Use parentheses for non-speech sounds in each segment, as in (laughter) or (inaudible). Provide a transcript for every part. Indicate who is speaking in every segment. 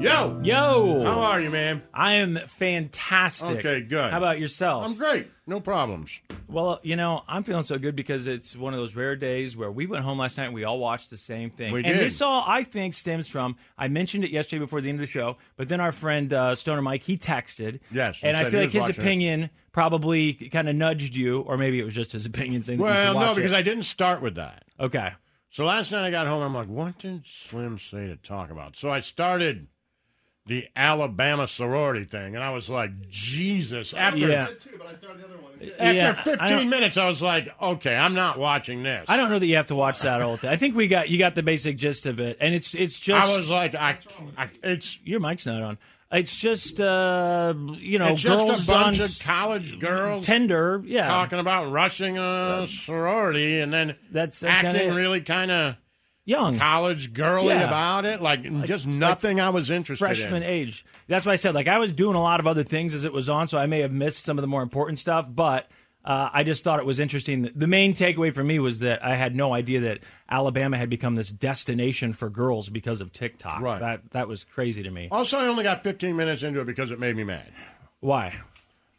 Speaker 1: Yo,
Speaker 2: Yo,
Speaker 1: Oh, how are you, man?
Speaker 2: I am fantastic.
Speaker 1: Okay, good.
Speaker 2: How about yourself?
Speaker 1: I'm great. No problems.
Speaker 2: Well, you know, I'm feeling so good because it's one of those rare days where we went home last night and we all watched the same thing.
Speaker 1: We
Speaker 2: and
Speaker 1: did.
Speaker 2: this all, I think, stems from I mentioned it yesterday before the end of the show, but then our friend uh, Stoner Mike he texted.
Speaker 1: Yes,
Speaker 2: and
Speaker 1: he
Speaker 2: I
Speaker 1: said
Speaker 2: feel
Speaker 1: he
Speaker 2: like
Speaker 1: was
Speaker 2: his
Speaker 1: watching it.
Speaker 2: opinion probably kind of nudged you, or maybe it was just his opinion saying. that you should
Speaker 1: Well, no,
Speaker 2: watch
Speaker 1: because
Speaker 2: it.
Speaker 1: I didn't start with that.
Speaker 2: okay,
Speaker 1: So last night I got home. I'm like, what did Slim say to talk about? So I started the Alabama sorority thing, and I was like, Jesus. After
Speaker 2: yeah.
Speaker 1: after
Speaker 2: Yeah, I
Speaker 1: 15
Speaker 2: don't-
Speaker 1: minutes, I was like, okay, I'm not watching this.
Speaker 2: I don't know that you have to watch that whole thing. I think we got you got the basic gist of it, and it's it's just
Speaker 1: I was like, I, I it's.
Speaker 2: your mic's not on. It's just uh, you know
Speaker 1: it's just
Speaker 2: girls
Speaker 1: a bunch
Speaker 2: on
Speaker 1: of college girls
Speaker 2: Tinder, yeah.
Speaker 1: talking about rushing a sorority and then
Speaker 2: That's- that's
Speaker 1: acting
Speaker 2: kinda it.
Speaker 1: really kind of
Speaker 2: young
Speaker 1: college girly
Speaker 2: Yeah.
Speaker 1: about it. Like, just nothing I was interested in.
Speaker 2: freshman age. That's why I said like I was doing a lot of other things as it was on, so I may have missed some of the more important stuff, but uh, I just thought it was interesting. The main takeaway for me was that I had no idea that Alabama had become this destination for girls because of TikTok.
Speaker 1: Right.
Speaker 2: That that was crazy to me.
Speaker 1: Also, I only got 15 minutes into it because it made me mad.
Speaker 2: Why?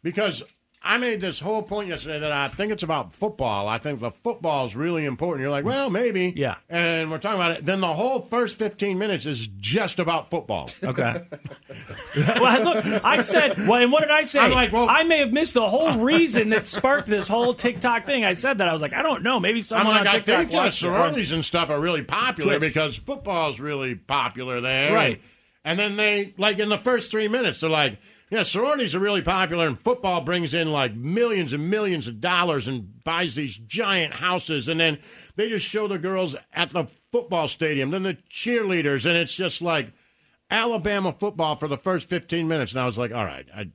Speaker 1: Because I made this whole point yesterday that I think it's about football. I think the football's really important. You're like, well, maybe.
Speaker 2: Yeah.
Speaker 1: And we're talking about it. Then the whole first 15 minutes is just about football.
Speaker 2: Okay. (laughs) well, look, I said, well, and what did I say?
Speaker 1: I'm like, well-
Speaker 2: I may have missed the whole reason that sparked this whole TikTok thing. I said that. I was like, I don't know. Maybe
Speaker 1: I'm
Speaker 2: someone
Speaker 1: like,
Speaker 2: on
Speaker 1: I
Speaker 2: TikTok
Speaker 1: think the
Speaker 2: watched it.
Speaker 1: sororities and stuff are really popular
Speaker 2: Twitch.
Speaker 1: because football's really popular there.
Speaker 2: Right.
Speaker 1: And then they, like, in the first three minutes, they're like, yeah, sororities are really popular, and football brings in, like, millions and millions of dollars and buys these giant houses. And then they just show the girls at the football stadium, then the cheerleaders, and it's just like Alabama football for the first 15 minutes. And I was like, all right, I,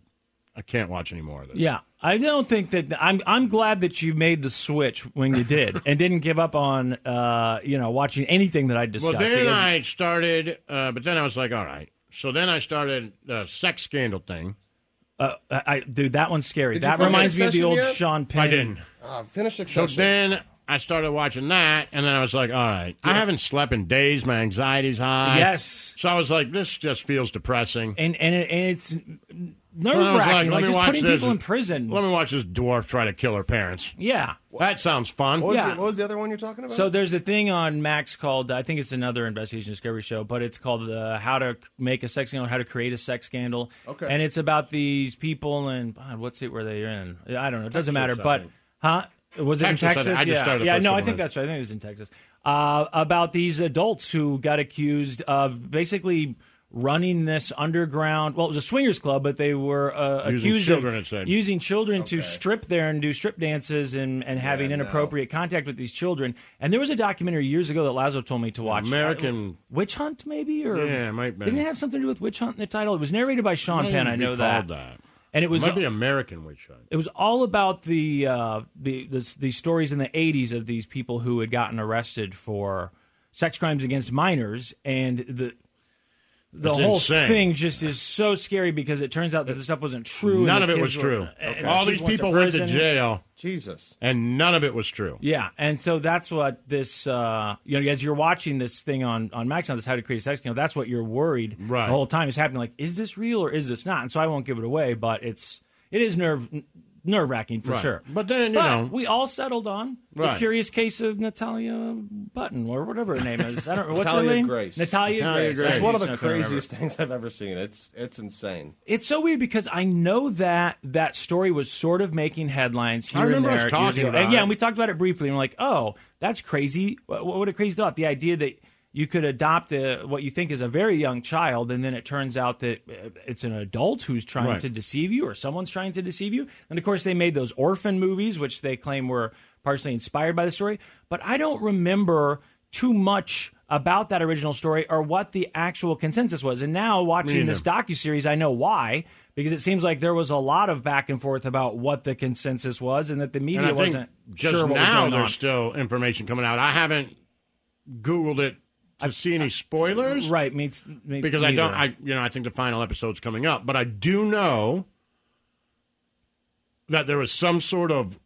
Speaker 1: I can't watch any more of this.
Speaker 2: Yeah, I don't think that I'm. I'm glad that you made the switch when
Speaker 1: (laughs)
Speaker 2: you did and didn't give up on uh, you know watching anything that I discussed.
Speaker 1: Well, then
Speaker 2: because-
Speaker 1: I started, uh, but then I was like, all right. So then I started the sex scandal thing.
Speaker 2: uh, I, I- dude, that one's scary.
Speaker 3: Did you
Speaker 2: That
Speaker 3: find
Speaker 2: reminds me of the
Speaker 3: Succession
Speaker 2: old
Speaker 3: yet?
Speaker 2: Sean Penn.
Speaker 1: I didn't.
Speaker 3: Uh, finish
Speaker 1: So
Speaker 3: succession.
Speaker 1: then I started watching that, and then I was like, all right, I haven't slept in days. My anxiety's high.
Speaker 2: Yes.
Speaker 1: So I was like, this just feels depressing.
Speaker 2: And and, it, and it's nerve
Speaker 1: And I
Speaker 2: wracking.
Speaker 1: was let
Speaker 2: Like,
Speaker 1: me
Speaker 2: just
Speaker 1: watch
Speaker 2: putting
Speaker 1: this.
Speaker 2: people in prison.
Speaker 1: Let me watch this dwarf try to kill her parents.
Speaker 2: yeah.
Speaker 1: That sounds fun.
Speaker 3: what, was
Speaker 2: yeah.
Speaker 3: the, what was the other one you're talking about?
Speaker 2: So there's a thing on Max called I think it's another investigation discovery show, but it's called the How to Make a Sex Scandal, How to Create a Sex Scandal.
Speaker 3: Okay.
Speaker 2: And it's about these people and God, what state were they in? I don't know. It doesn't matter.
Speaker 1: I
Speaker 2: But
Speaker 1: think.
Speaker 2: huh? Was it
Speaker 1: Texas, I
Speaker 2: in Texas?
Speaker 1: think. I just
Speaker 2: yeah.
Speaker 1: started the
Speaker 2: yeah.
Speaker 1: first
Speaker 2: No, I
Speaker 1: couple
Speaker 2: think
Speaker 1: minutes.
Speaker 2: that's right. I think it was in Texas. Uh, about these adults who got accused of basically running this underground. Well, it was a swingers club, but they were uh,
Speaker 1: Using
Speaker 2: accused
Speaker 1: children,
Speaker 2: of
Speaker 1: it said.
Speaker 2: using children to strip there and do strip dances and, and having inappropriate contact with these children. And there was a documentary years ago that Lazo told me to watch.
Speaker 1: American-
Speaker 2: Uh, Witch Hunt, maybe? Or
Speaker 1: Yeah, it might be.
Speaker 2: Didn't it have something to do with Witch Hunt in the title? It was narrated by Sean Penn, I
Speaker 1: Maybe
Speaker 2: know
Speaker 1: called
Speaker 2: that.
Speaker 1: that.
Speaker 2: And it was
Speaker 1: might be American witch hunt.
Speaker 2: it was all about the uh, the, the the stories in the '80s of these people who had gotten arrested for sex crimes against minors, and the the
Speaker 1: It's
Speaker 2: whole
Speaker 1: insane.
Speaker 2: thing just is so scary because it turns out that the stuff wasn't true. and
Speaker 1: None
Speaker 2: the
Speaker 1: of it
Speaker 2: kids
Speaker 1: was
Speaker 2: were-
Speaker 1: true.
Speaker 2: and the
Speaker 1: All
Speaker 2: kids
Speaker 1: these people
Speaker 2: went
Speaker 1: went
Speaker 2: to
Speaker 1: to
Speaker 2: prison.
Speaker 1: jail,
Speaker 3: Jesus.
Speaker 1: and none of it was true.
Speaker 2: Yeah, and so that's what this uh, you know as you're watching this thing on on Max on this how to create a sex you know that's what you're worried
Speaker 1: Right.
Speaker 2: the whole time is happening like is this real or is this not? And so I won't give it away, but it's it is nerve nerve wracking for
Speaker 1: Right.
Speaker 2: sure.
Speaker 1: But then, you know-
Speaker 2: we all settled on
Speaker 1: Right.
Speaker 2: the curious case of Natalia Button or whatever her name is. I don't know what's her
Speaker 3: Natalia
Speaker 2: name.
Speaker 3: Grace.
Speaker 2: Natalia,
Speaker 1: Natalia
Speaker 2: Grace.
Speaker 1: Grace.
Speaker 3: That's one of
Speaker 2: I
Speaker 3: the
Speaker 2: couldn't remember.
Speaker 3: craziest things I've ever seen. It's it's insane.
Speaker 2: It's so weird because I know that that story was sort of making headlines here
Speaker 1: I remember
Speaker 2: and
Speaker 1: us
Speaker 2: there. years
Speaker 1: talking
Speaker 2: ago.
Speaker 1: about
Speaker 2: and yeah,
Speaker 1: it.
Speaker 2: and we talked about it briefly. And we're like, oh, that's crazy. What, what a crazy thought! The idea that you could adopt a, what you think is a very young child, and then it turns out that uh, it's an adult who's trying
Speaker 1: Right.
Speaker 2: to deceive you, or someone's trying to deceive you. And of course, they made those orphan movies, which they claim were partially inspired by the story. But I don't remember too much about that original story or what the actual consensus was. And now watching this docuseries, I know why because it seems like there was a lot of back and forth about what the consensus was and that the media
Speaker 1: And I think
Speaker 2: wasn't
Speaker 1: just
Speaker 2: sure what was
Speaker 1: now
Speaker 2: going
Speaker 1: there's
Speaker 2: on.
Speaker 1: still information coming out. I haven't Googled it to see any spoilers.
Speaker 2: right, me, me
Speaker 1: because I don't.
Speaker 2: neither.
Speaker 1: I you know I think the final episode's coming up, but I do know that there was some sort of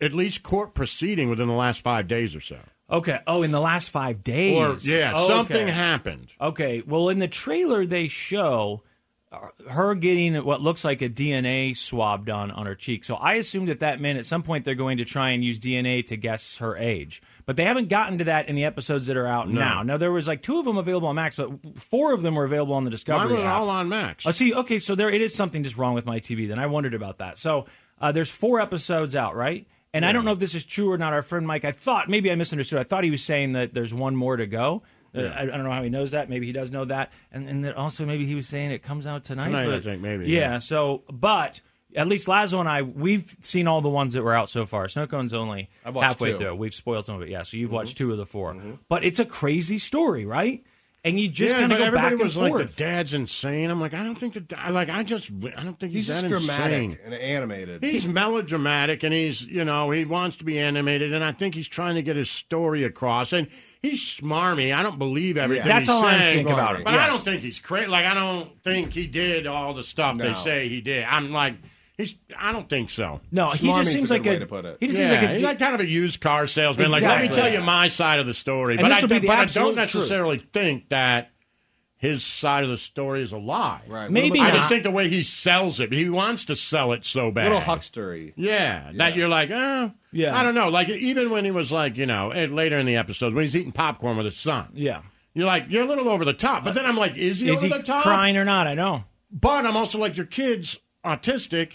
Speaker 1: at least court proceeding within the last five days or so,
Speaker 2: okay. Oh, in the last five days,
Speaker 1: or yeah,
Speaker 2: Oh,
Speaker 1: something
Speaker 2: okay.
Speaker 1: happened.
Speaker 2: Okay. Well, in the trailer, they show uh, her getting what looks like a DNA swab done on her cheek. So I assume that that meant at some point they're going to try and use DNA to guess her age. But they haven't gotten to that in the episodes that are out now. Now, there was like two of them available on Max, but four of them were available on the
Speaker 1: Mine
Speaker 2: Discovery
Speaker 1: was
Speaker 2: app.
Speaker 1: all on Max.
Speaker 2: Oh, see, okay, so there it is something just wrong with my TV. Then I wondered about that. So uh, there's four episodes out, right? And I don't know if this is true or not. Our friend Mike, I thought maybe I misunderstood. I thought he was saying that there's one more to go. Uh, I, I don't know how he knows that. Maybe he does know that, and and then also maybe he was saying it comes out tonight.
Speaker 1: Tonight, I
Speaker 2: but-
Speaker 1: think, maybe,
Speaker 2: Yeah,
Speaker 1: yeah.
Speaker 2: So, but at least Lazo and I, we've seen all the ones that were out so far. Snow Cone's only
Speaker 3: I've watched
Speaker 2: halfway
Speaker 3: two.
Speaker 2: through. We've spoiled some of it. Yeah. So you've watched
Speaker 1: Mm-hmm.
Speaker 2: two of the 4 but it's a crazy story, right? And you just
Speaker 1: yeah,
Speaker 2: kind of
Speaker 1: but
Speaker 2: go
Speaker 1: everybody
Speaker 2: back
Speaker 1: was
Speaker 2: and
Speaker 1: like,
Speaker 2: forth.
Speaker 1: "The dad's insane." I'm like, I don't think the da- like I just I don't think he's,
Speaker 3: He's just
Speaker 1: that
Speaker 3: dramatic
Speaker 1: insane.
Speaker 3: and animated.
Speaker 1: He's melodramatic and he's, you know, he wants to be animated and I think he's trying to get his story across and he's smarmy. I don't believe everything
Speaker 2: That's
Speaker 1: he's
Speaker 2: all I
Speaker 1: saying.
Speaker 2: think about it,
Speaker 1: But I
Speaker 2: yes.
Speaker 1: don't think he's crazy. Like I don't think he did all the stuff they
Speaker 3: No.
Speaker 1: say he did. I'm like he's I don't think so.
Speaker 2: No, he just
Speaker 3: Smarmy's
Speaker 2: seems
Speaker 3: a
Speaker 2: like
Speaker 3: good
Speaker 2: a.
Speaker 3: way to put it.
Speaker 2: He just
Speaker 1: yeah,
Speaker 2: seems like a.
Speaker 1: he's like kind of a used car salesman. Like, let me
Speaker 2: Exactly.
Speaker 1: tell you my side of the story. but I,
Speaker 2: this'll be
Speaker 1: don't-
Speaker 2: the
Speaker 1: but I
Speaker 2: absolute
Speaker 1: don't necessarily think that his side of the story is a lie.
Speaker 3: right.
Speaker 2: maybe
Speaker 1: I
Speaker 3: little,
Speaker 2: not.
Speaker 1: just think the way he sells it, he wants to sell it so bad.
Speaker 3: little huckstery.
Speaker 1: Yeah, that you're like, eh,
Speaker 2: Yeah.
Speaker 1: I don't know. Like even when he was like, you know, and later in the episode when he's eating popcorn with his son,
Speaker 2: yeah.
Speaker 1: you're like, you're a little over the top. But then I'm like, is he
Speaker 2: Is
Speaker 1: over
Speaker 2: he
Speaker 1: the top?
Speaker 2: crying or not? I know.
Speaker 1: But I'm also like, your kid's autistic.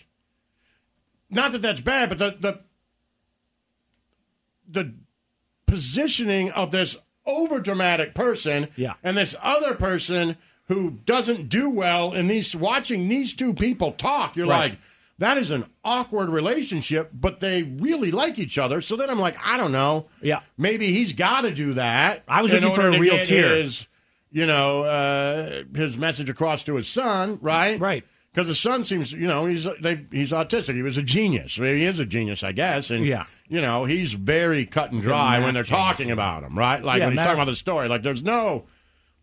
Speaker 1: Not that that's bad, but the the the positioning of this over dramatic person
Speaker 2: Yeah.
Speaker 1: and this other person who doesn't do well and these watching these two people talk, you're
Speaker 2: Right.
Speaker 1: like, that is an awkward relationship, but they really like each other. So then I'm like, I don't know.
Speaker 2: Yeah.
Speaker 1: Maybe he's gotta do that.
Speaker 2: I was
Speaker 1: in
Speaker 2: looking for
Speaker 1: order
Speaker 2: a
Speaker 1: to
Speaker 2: real
Speaker 1: get
Speaker 2: tear.
Speaker 1: his- you know, uh, his message across to his son, right?
Speaker 2: Right.
Speaker 1: Because his son seems, you know, he's they, he's autistic. He was a genius. I mean, he is a genius, I guess. And
Speaker 2: Yeah.
Speaker 1: you know, he's very cut and dry
Speaker 2: math
Speaker 1: when they're
Speaker 2: genius,
Speaker 1: talking about him, right? Like
Speaker 2: Yeah,
Speaker 1: when he's
Speaker 2: math-
Speaker 1: talking about the story, like there's no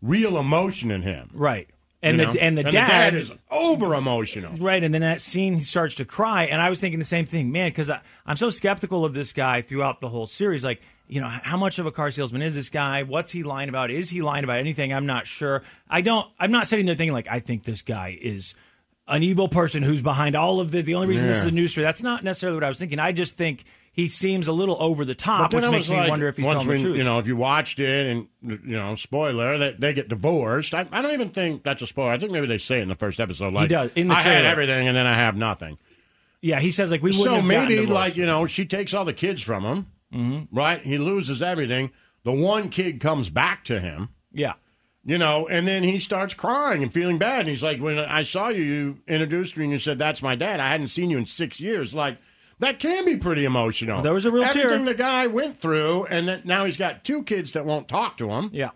Speaker 1: real emotion in him.
Speaker 2: Right. And
Speaker 1: you
Speaker 2: the
Speaker 1: know?
Speaker 2: and the
Speaker 1: and
Speaker 2: dad,
Speaker 1: is over emotional.
Speaker 2: right. And then that scene, he starts to cry, and I was thinking the same thing, man, because I'm so skeptical of this guy throughout the whole series. Like, you know, h- how much of a car salesman is this guy? What's he lying about? Is he lying about anything? I'm not sure. I don't. I'm not sitting there thinking like I think this guy is an evil person who's behind all of the. The only reason this is a news story. That's not necessarily what I was thinking. I just think he seems a little over the top,
Speaker 1: But
Speaker 2: which
Speaker 1: then I
Speaker 2: makes
Speaker 1: was
Speaker 2: me
Speaker 1: like,
Speaker 2: wonder if he's
Speaker 1: once
Speaker 2: telling
Speaker 1: we-
Speaker 2: the truth.
Speaker 1: You know, if you watched it, and you know, spoiler that they get divorced. I, I don't even think that's a spoiler. I think maybe they say it in the first episode. Like,
Speaker 2: does, in the
Speaker 1: I had
Speaker 2: trailer.
Speaker 1: everything, and then I have nothing.
Speaker 2: yeah, he says like we wouldn't
Speaker 1: so
Speaker 2: have gotten
Speaker 1: maybe,
Speaker 2: divorced. Mm-hmm.
Speaker 1: like you know, she takes all the kids from him, right? He loses everything. The one kid comes back to him.
Speaker 2: yeah.
Speaker 1: You know, and then he starts crying and feeling bad. And he's like, When I saw you, you introduced me and you said, That's my dad. I hadn't seen you in six years. Like, that can be pretty emotional.
Speaker 2: There was a real tear.
Speaker 1: Everything the guy went through, and that now he's got two kids that won't talk to him.
Speaker 2: Yeah.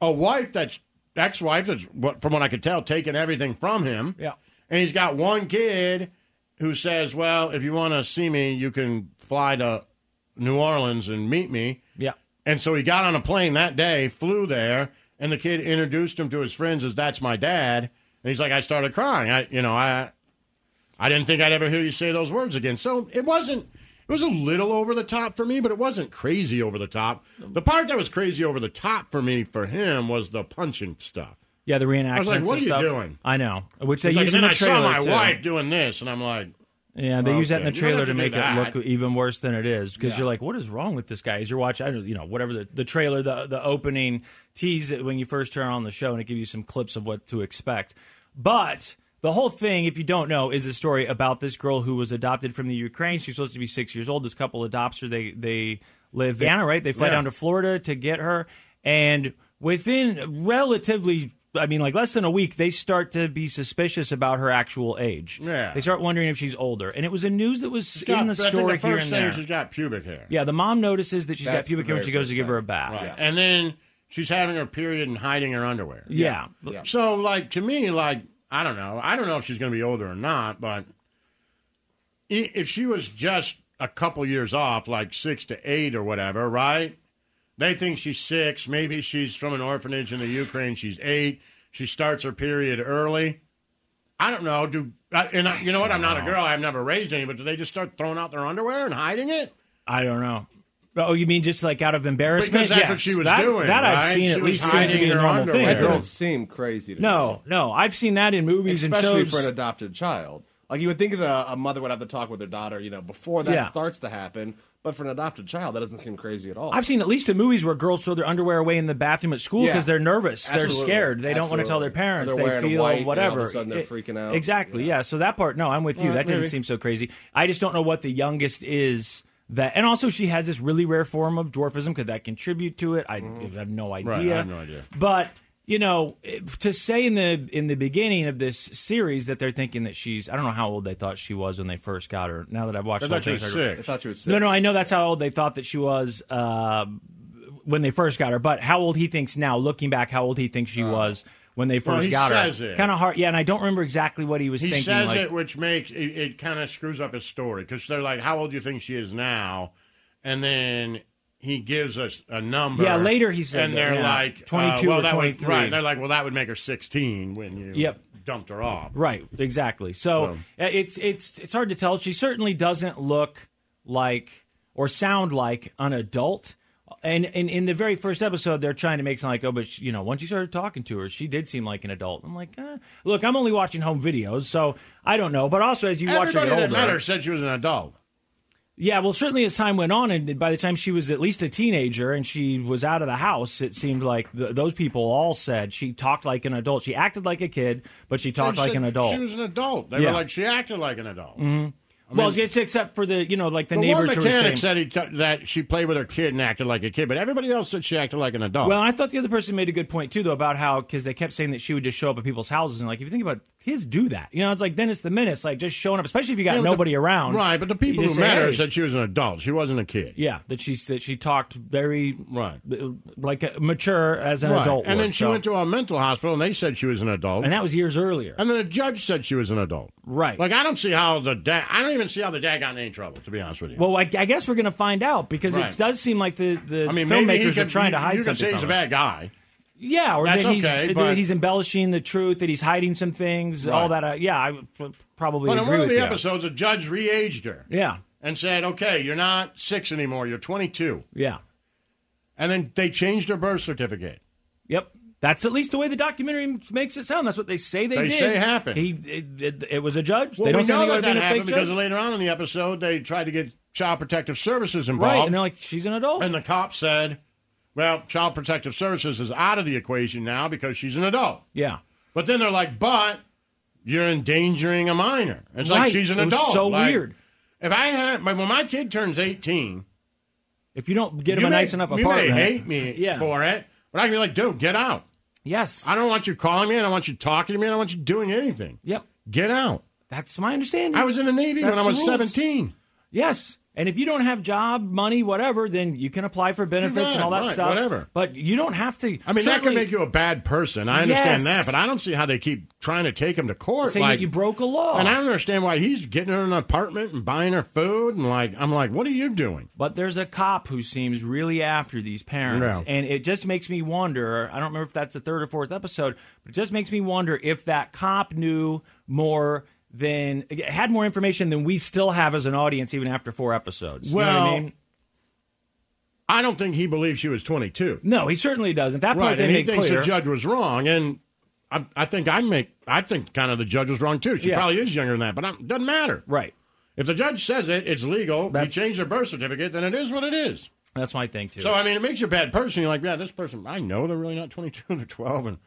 Speaker 1: A wife that's ex wife that's, what, from what I could tell, taking everything from him.
Speaker 2: Yeah.
Speaker 1: And he's got one kid who says, Well, if you want to see me, you can fly to New Orleans and meet me.
Speaker 2: Yeah.
Speaker 1: And so he got on a plane that day, flew there, and the kid introduced him to his friends as that's my dad. And he's like, I started crying. I you know, I I didn't think I'd ever hear you say those words again. So it wasn't it was a little over the top for me, but it wasn't crazy over the top. The part that was crazy over the top for me for him was the punching stuff.
Speaker 2: Yeah, the reenactments.
Speaker 1: was like, what
Speaker 2: and
Speaker 1: are you
Speaker 2: stuff.
Speaker 1: doing?
Speaker 2: I know. Which they
Speaker 1: He's like,
Speaker 2: use
Speaker 1: and
Speaker 2: in
Speaker 1: then
Speaker 2: the
Speaker 1: I
Speaker 2: trailer.
Speaker 1: saw my
Speaker 2: too.
Speaker 1: wife doing this, and I'm like,
Speaker 2: Yeah, they use that in the
Speaker 1: Okay. You don't
Speaker 2: trailer
Speaker 1: have
Speaker 2: to
Speaker 1: to
Speaker 2: make
Speaker 1: do
Speaker 2: it
Speaker 1: that.
Speaker 2: look even worse than it is because you're like, what is wrong with this guy? As you're watching, I don't, you know, whatever the, the trailer, the the opening tease it when you first turn on the show, and it gives you some clips of what to expect. But the whole thing, if you don't know, is a story about this girl who was adopted from the Ukraine. She's supposed to be six years old. This couple adopts her. They they live Vanna, right? They fly
Speaker 1: Yeah.
Speaker 2: down to Florida to get her, and within relatively. I mean, like less than a week, they start to be suspicious about her actual age.
Speaker 1: Yeah.
Speaker 2: They start wondering if she's older. And it was a news that was
Speaker 1: God,
Speaker 2: in the
Speaker 1: I think
Speaker 2: story
Speaker 1: the
Speaker 2: here
Speaker 1: first
Speaker 2: and
Speaker 1: thing
Speaker 2: there.
Speaker 1: She's got pubic hair.
Speaker 2: yeah, the mom notices that she's got
Speaker 3: That's
Speaker 2: pubic
Speaker 3: the
Speaker 2: hair when she
Speaker 3: very
Speaker 2: goes to give
Speaker 3: first
Speaker 2: her a bath.
Speaker 1: Right. And then she's having her period and hiding her underwear.
Speaker 2: Yeah. Yeah.
Speaker 1: So, like, to me, like, I don't know. I don't know if she's going to be older or not, but i- if she was just a couple years off, like six to eight or whatever, right? They think she's six. Maybe she's from an orphanage in the Ukraine. She's eight. She starts her period early. I don't know. Do I- and I, you know what? I'm not a girl. I've never raised any, but do they just start throwing out their underwear and hiding it?
Speaker 2: I don't know. Oh, you mean just like out of embarrassment?
Speaker 1: Because that's
Speaker 2: Yes.
Speaker 1: what she was
Speaker 2: that,
Speaker 1: doing,
Speaker 2: That I've
Speaker 1: right?
Speaker 2: seen
Speaker 1: She
Speaker 2: at
Speaker 1: was
Speaker 2: least seems to
Speaker 1: hiding
Speaker 2: be a
Speaker 1: her
Speaker 2: normal
Speaker 1: underwear.
Speaker 2: thing.
Speaker 3: It didn't seem crazy to
Speaker 2: No, no. I've seen that in
Speaker 3: me.
Speaker 2: movies
Speaker 3: Especially
Speaker 2: and shows.
Speaker 3: for an adopted child. Like you would think that a, a mother would have to talk with their daughter, you know, before that
Speaker 2: Yeah.
Speaker 3: starts to happen. But for an adopted child, that doesn't seem crazy at all.
Speaker 2: I've seen at least in movies where girls throw their underwear away in the bathroom at school
Speaker 3: Oh. Yeah.
Speaker 2: because they're nervous, they're
Speaker 3: Absolutely.
Speaker 2: scared, they don't want to tell their
Speaker 3: Absolutely.
Speaker 2: parents,
Speaker 3: Or they're
Speaker 2: they
Speaker 3: wearing
Speaker 2: feel
Speaker 3: white and all of a
Speaker 2: whatever.
Speaker 3: sudden they're
Speaker 2: It-
Speaker 3: freaking out.
Speaker 2: Exactly. Yeah. So that part, no, I'm with you. that didn't
Speaker 1: maybe.
Speaker 2: seem so crazy. I just don't know what the youngest is. That and also she has this really rare form of dwarfism. Could that contribute to it? I,
Speaker 3: Mm-hmm.
Speaker 2: I have no idea.
Speaker 1: I have no idea.
Speaker 2: But you know, if- to say in the in the beginning of this series that they're thinking that she's I don't know how old they thought she was when they first got her. Now that I've watched,
Speaker 1: I
Speaker 2: the whole
Speaker 1: thought she
Speaker 2: thing,
Speaker 1: was
Speaker 2: it's like-
Speaker 3: I
Speaker 1: six.
Speaker 3: thought she was six.
Speaker 2: no, no, I know that's how old they thought that she was uh, when they first got her, but how old he thinks now, looking back, how old he thinks she was when they first
Speaker 1: Uh, Well, he
Speaker 2: got
Speaker 1: says
Speaker 2: her.
Speaker 1: it.
Speaker 2: Kind of hard, yeah. And I don't remember exactly what he was
Speaker 1: He
Speaker 2: thinking.
Speaker 1: says
Speaker 2: like,
Speaker 1: it, which makes it, it kind of screws up his story because they're like, "How old do you think she is now?" And then he gives us a number.
Speaker 2: Yeah, later he said
Speaker 1: and
Speaker 2: that,
Speaker 1: they're
Speaker 2: yeah.
Speaker 1: like
Speaker 2: 22
Speaker 1: uh, well,
Speaker 2: or
Speaker 1: that would-
Speaker 2: 23.
Speaker 1: right? They're like, "Well, that would make her 16 when you
Speaker 2: Yep.
Speaker 1: dumped her off."
Speaker 2: Right, exactly. So, uh, it's it's it's hard to tell. She certainly doesn't look like or sound like an adult. And, and in the very first episode, they're trying to make sound like, oh, but she, you know, once you started talking to her, she did seem like an adult. I'm like, eh. look, I'm only watching home videos, so I don't know. But also, as you watch her
Speaker 1: Everybody
Speaker 2: get older,
Speaker 1: that met her said she was an adult.
Speaker 2: Yeah, well, certainly as time went on, and by the time she was at least a teenager and she was out of the house, it seemed like th- those people all said she talked like an adult. She acted like a kid, but she talked
Speaker 1: They
Speaker 2: like
Speaker 1: said
Speaker 2: an adult.
Speaker 1: She was an adult. They
Speaker 2: Yeah.
Speaker 1: were like, she acted like an adult.
Speaker 2: well, just except for the you know like the,
Speaker 1: The one
Speaker 2: neighbors who were saying.
Speaker 1: mechanic said he t- that she played with her kid and acted like a kid, but everybody else said she acted like an adult.
Speaker 2: well, I thought the other person made a good point too, though, about how because they kept saying that she would just show up at people's houses, and like if you think about it, kids do that, you know, it's like then it's the minutes, like just showing up, especially if you got
Speaker 1: Yeah, but the-
Speaker 2: nobody around,
Speaker 1: right? But the
Speaker 2: You
Speaker 1: people who
Speaker 2: just say,
Speaker 1: met her
Speaker 2: "Hey."
Speaker 1: said she was an adult. She wasn't a kid.
Speaker 2: yeah, that she that she talked very
Speaker 1: Right.
Speaker 2: uh, like uh, mature as an
Speaker 1: Right.
Speaker 2: adult,
Speaker 1: And
Speaker 2: would,
Speaker 1: then she
Speaker 2: so-
Speaker 1: went to a mental hospital, and they said she was an adult.
Speaker 2: and
Speaker 1: And,
Speaker 2: that was years earlier.
Speaker 1: then a judge said she was an adult.
Speaker 2: Right.
Speaker 1: Like I don't see how the dad. I don't even see how the dad got in any trouble. To be honest with you.
Speaker 2: Well, I, I guess we're going to find out because
Speaker 1: Right.
Speaker 2: it does seem like the, the
Speaker 1: I mean, maybe he
Speaker 2: filmmakers
Speaker 1: could,
Speaker 2: are trying to hide
Speaker 1: you, you
Speaker 2: something.
Speaker 1: can say he's a
Speaker 2: from us.
Speaker 1: bad guy.
Speaker 2: Yeah, or
Speaker 1: That's
Speaker 2: that he's,
Speaker 1: okay,
Speaker 2: that
Speaker 1: but-
Speaker 2: he's embellishing the truth, that he's hiding some things, all
Speaker 1: Right.
Speaker 2: that. Uh, yeah, I would p- probably
Speaker 1: But in
Speaker 2: agree
Speaker 1: one of
Speaker 2: with
Speaker 1: the
Speaker 2: you.
Speaker 1: episodes, a judge re-aged her
Speaker 2: Yeah,
Speaker 1: and said, "Okay, you're not six anymore. You're 22."
Speaker 2: yeah,
Speaker 1: And then they changed her birth certificate.
Speaker 2: yep. That's at least the way the documentary makes it sound. That's what they say they,
Speaker 1: They
Speaker 2: did.
Speaker 1: say happened.
Speaker 2: He, it, it, it was a judge.
Speaker 1: Well,
Speaker 2: they don't
Speaker 1: we
Speaker 2: say
Speaker 1: know
Speaker 2: anything
Speaker 1: that
Speaker 2: about
Speaker 1: that
Speaker 2: being a fake
Speaker 1: happened
Speaker 2: judge,
Speaker 1: because later on in the episode, they tried to get child protective services involved.
Speaker 2: right? And they're like, she's an adult.
Speaker 1: And the cop said, Well, Child Protective Services is out of the equation now because she's an adult.
Speaker 2: yeah,
Speaker 1: But then they're like, But you're endangering a minor. It's
Speaker 2: right.
Speaker 1: like she's an
Speaker 2: It was
Speaker 1: adult.
Speaker 2: So
Speaker 1: Like,
Speaker 2: weird.
Speaker 1: If I had, but when my kid turns 18,
Speaker 2: If you don't
Speaker 1: you
Speaker 2: get him a
Speaker 1: may-
Speaker 2: nice enough
Speaker 1: you
Speaker 2: apartment,
Speaker 1: may hate me
Speaker 2: (laughs) Yeah.
Speaker 1: for it, but I can be like, Dude, get out.
Speaker 2: Yes.
Speaker 1: I don't want you calling me. I don't want you talking to me. I don't want you doing anything.
Speaker 2: yep.
Speaker 1: Get out.
Speaker 2: That's my understanding.
Speaker 1: I was in the Navy
Speaker 2: That's
Speaker 1: when I
Speaker 2: the
Speaker 1: was
Speaker 2: rules.
Speaker 1: 17.
Speaker 2: Yes. And if you don't have job, money, whatever, then you can apply for benefits
Speaker 1: that,
Speaker 2: and all that
Speaker 1: right,
Speaker 2: stuff.
Speaker 1: whatever.
Speaker 2: But you don't have to.
Speaker 1: I mean, that could
Speaker 2: certainly
Speaker 1: make you a bad person. I understand
Speaker 2: Yes.
Speaker 1: that, but I don't see how they keep trying to take him to court.
Speaker 2: say
Speaker 1: like
Speaker 2: that you broke a law.
Speaker 1: And I don't understand why he's getting her an apartment and buying her food and like I'm like, what are you doing?
Speaker 2: But there's a cop who seems really after these parents.
Speaker 1: No.
Speaker 2: And it just makes me wonder I don't remember if that's the third or fourth episode, but it just makes me wonder if that cop knew more than, had more information than we still have as an audience, even after four episodes. You know what I
Speaker 1: Well-
Speaker 2: mean?
Speaker 1: I don't think he believes she was 22.
Speaker 2: No, he certainly doesn't. That part
Speaker 1: Right,
Speaker 2: they
Speaker 1: and he
Speaker 2: made
Speaker 1: thinks
Speaker 2: clear.
Speaker 1: the judge was wrong, and I, I think I make I think kind of the judge was wrong too. She
Speaker 2: Yeah.
Speaker 1: probably is younger than that, but i doesn't matter.
Speaker 2: right.
Speaker 1: If the judge says it, it's legal.
Speaker 2: That's-
Speaker 1: you change their birth certificate, then it is what it is.
Speaker 2: That's my thing, too.
Speaker 1: So I mean, it makes you a bad person. You're like, yeah, this person. I know they're really not 22. (laughs) They're 12, and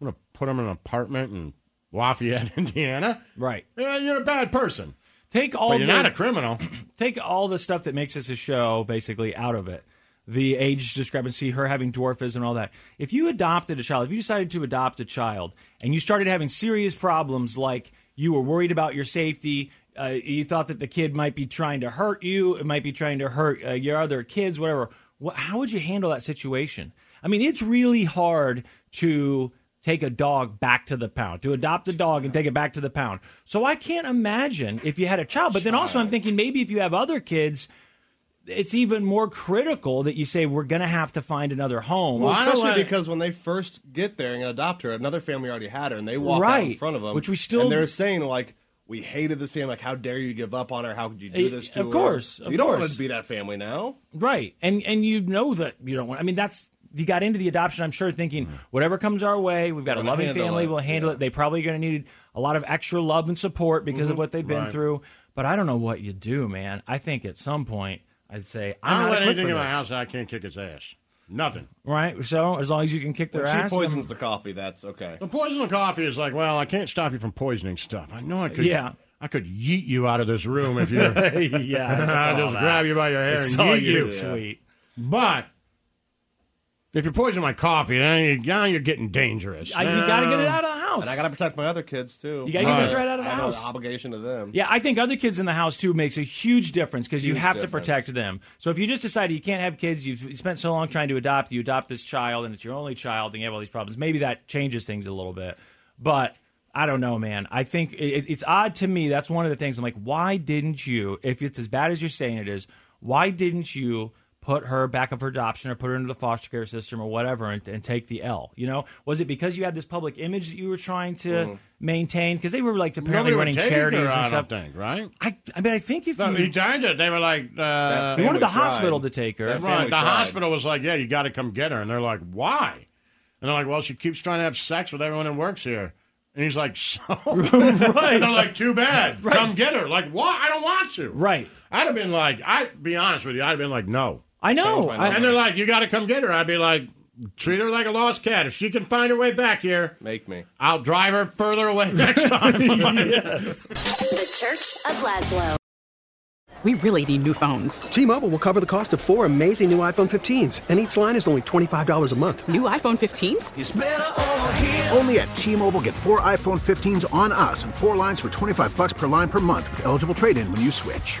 Speaker 1: I'm gonna put them in an apartment in Lafayette, (laughs) Indiana.
Speaker 2: right.
Speaker 1: Yeah, you're a bad person,
Speaker 2: Take all
Speaker 1: but you're
Speaker 2: the-
Speaker 1: not a
Speaker 2: (clears throat)
Speaker 1: criminal.
Speaker 2: take all the stuff that makes this a show basically out of it the age discrepancy her having dwarfism and all that if you adopted a child if you decided to adopt a child and you started having serious problems like you were worried about your safety uh, you thought that the kid might be trying to hurt you it might be trying to hurt uh, your other kids whatever what, how would you handle that situation i mean it's really hard to take a dog back to the pound, to adopt a dog and take it back to the pound. So I can't imagine if you had a child. But then also, I'm thinking maybe if you have other kids, it's even more critical that you say we're going to have to find another home.
Speaker 1: Well, I don't
Speaker 3: Especially
Speaker 1: wanna-
Speaker 3: because when they first get there and adopt her, another family already had her, and they walk out in
Speaker 2: Right.
Speaker 3: front of them,
Speaker 2: Which we still-
Speaker 3: and they're saying like, "We hated this family. Like, how dare you give up on her? How could you do
Speaker 2: Eh,
Speaker 3: this to
Speaker 2: of
Speaker 3: her?"
Speaker 2: course,
Speaker 3: So
Speaker 2: of
Speaker 3: you don't want
Speaker 2: course.
Speaker 3: to be that family now.
Speaker 2: Right. And and you know that you don't want I mean that's you got into the adoption, I'm sure, thinking
Speaker 1: Mm-hmm.
Speaker 2: whatever comes our way, we've got a
Speaker 3: gonna
Speaker 2: loving
Speaker 3: handle
Speaker 2: family,
Speaker 3: it.
Speaker 2: we'll handle it. They probably gonna need a lot of extra love and support because
Speaker 1: Mm-hmm.
Speaker 2: of what they've been through. But I don't know what you do, man. I think at some point I'd say I'm
Speaker 1: I don't
Speaker 2: not
Speaker 1: let
Speaker 2: equipped
Speaker 1: anything
Speaker 2: for
Speaker 1: in my
Speaker 2: this.
Speaker 1: house that I can't kick its ass. Nothing.
Speaker 2: Right? So as long as you can kick their
Speaker 3: When she
Speaker 2: ass. (laughs)
Speaker 3: poisons the coffee. That's okay.
Speaker 1: The poison of coffee is like, well, I can't stop you from poisoning stuff. I know I could.
Speaker 2: Yeah.
Speaker 1: I could yeet you out of this room if
Speaker 2: (laughs)
Speaker 1: you. (laughs) I
Speaker 2: then- yeah. I saw
Speaker 1: just
Speaker 2: that.
Speaker 1: grab you by your hair
Speaker 2: I
Speaker 1: and
Speaker 2: saw
Speaker 1: yeet
Speaker 2: your
Speaker 1: you.
Speaker 2: tweet.
Speaker 1: But if you poison my coffee, then you, now you're getting dangerous.
Speaker 2: I, you gotta get it out of the house.
Speaker 3: And I got to protect my other kids too.
Speaker 2: You gotta get
Speaker 1: Right.
Speaker 2: the threat out of
Speaker 3: I
Speaker 2: the
Speaker 3: have an
Speaker 2: house.
Speaker 3: obligation to them.
Speaker 2: Yeah, I think other kids in the house too makes a huge difference because you
Speaker 3: Mm-hmm. Huge
Speaker 2: have to
Speaker 3: difference.
Speaker 2: protect them. So if you just decide you can't have kids, you've you spent so long trying to adopt, you adopt this child and it's your only child and you have all these problems, maybe that changes things a little bit. But I don't know, man. I think it, it's odd to me. That's one of the things I'm like, why didn't you, if it's as bad as you're saying it is, why didn't you put her back of her adoption or put her into the foster care system or whatever and, and take the L? You know, was it because you had this public image that you were trying to
Speaker 3: Mm-hmm.
Speaker 2: maintain? Because they were like apparently
Speaker 1: Nobody would
Speaker 2: running
Speaker 1: take her,
Speaker 2: charities and
Speaker 1: I
Speaker 2: stuff. Hmm.
Speaker 1: don't think, right?
Speaker 2: I, I mean, I think if
Speaker 1: No,
Speaker 2: you,
Speaker 1: he died it. They were like, uh,
Speaker 3: That
Speaker 2: they wanted the
Speaker 3: Family tried.
Speaker 2: hospital to take her,
Speaker 1: (laughs)
Speaker 3: That
Speaker 1: right.
Speaker 3: family
Speaker 1: The
Speaker 3: tried.
Speaker 1: hospital was like, yeah, you got to come get her, and they're like, why? And they're like, well, she keeps trying to have sex with everyone that works here. And he's like, (laughs) so?
Speaker 2: (laughs) Right.
Speaker 1: And they're like, too bad. Come get her. Like, why? I don't want to.
Speaker 2: right?
Speaker 1: I'd have been like, I'd be honest with you, I'd have been like, no.
Speaker 2: I know.
Speaker 3: Change my
Speaker 2: I,
Speaker 1: And they're like, you got to come get her. I'd be like, treat her like a lost cat. If she can find her way back here,
Speaker 3: Make me.
Speaker 1: I'll drive her further away (laughs) next
Speaker 2: (laughs)
Speaker 1: time.
Speaker 4: The Church of Laszlo.
Speaker 5: We really need new phones.
Speaker 6: T-Mobile will cover the cost of four amazing new iPhone 15s, and each line is only $25 a month.
Speaker 5: New iPhone 15s?
Speaker 7: Only at T-Mobile get four iPhone 15s on us and four lines for 25 bucks per line per month with eligible trade-in when you switch.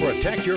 Speaker 7: Protect your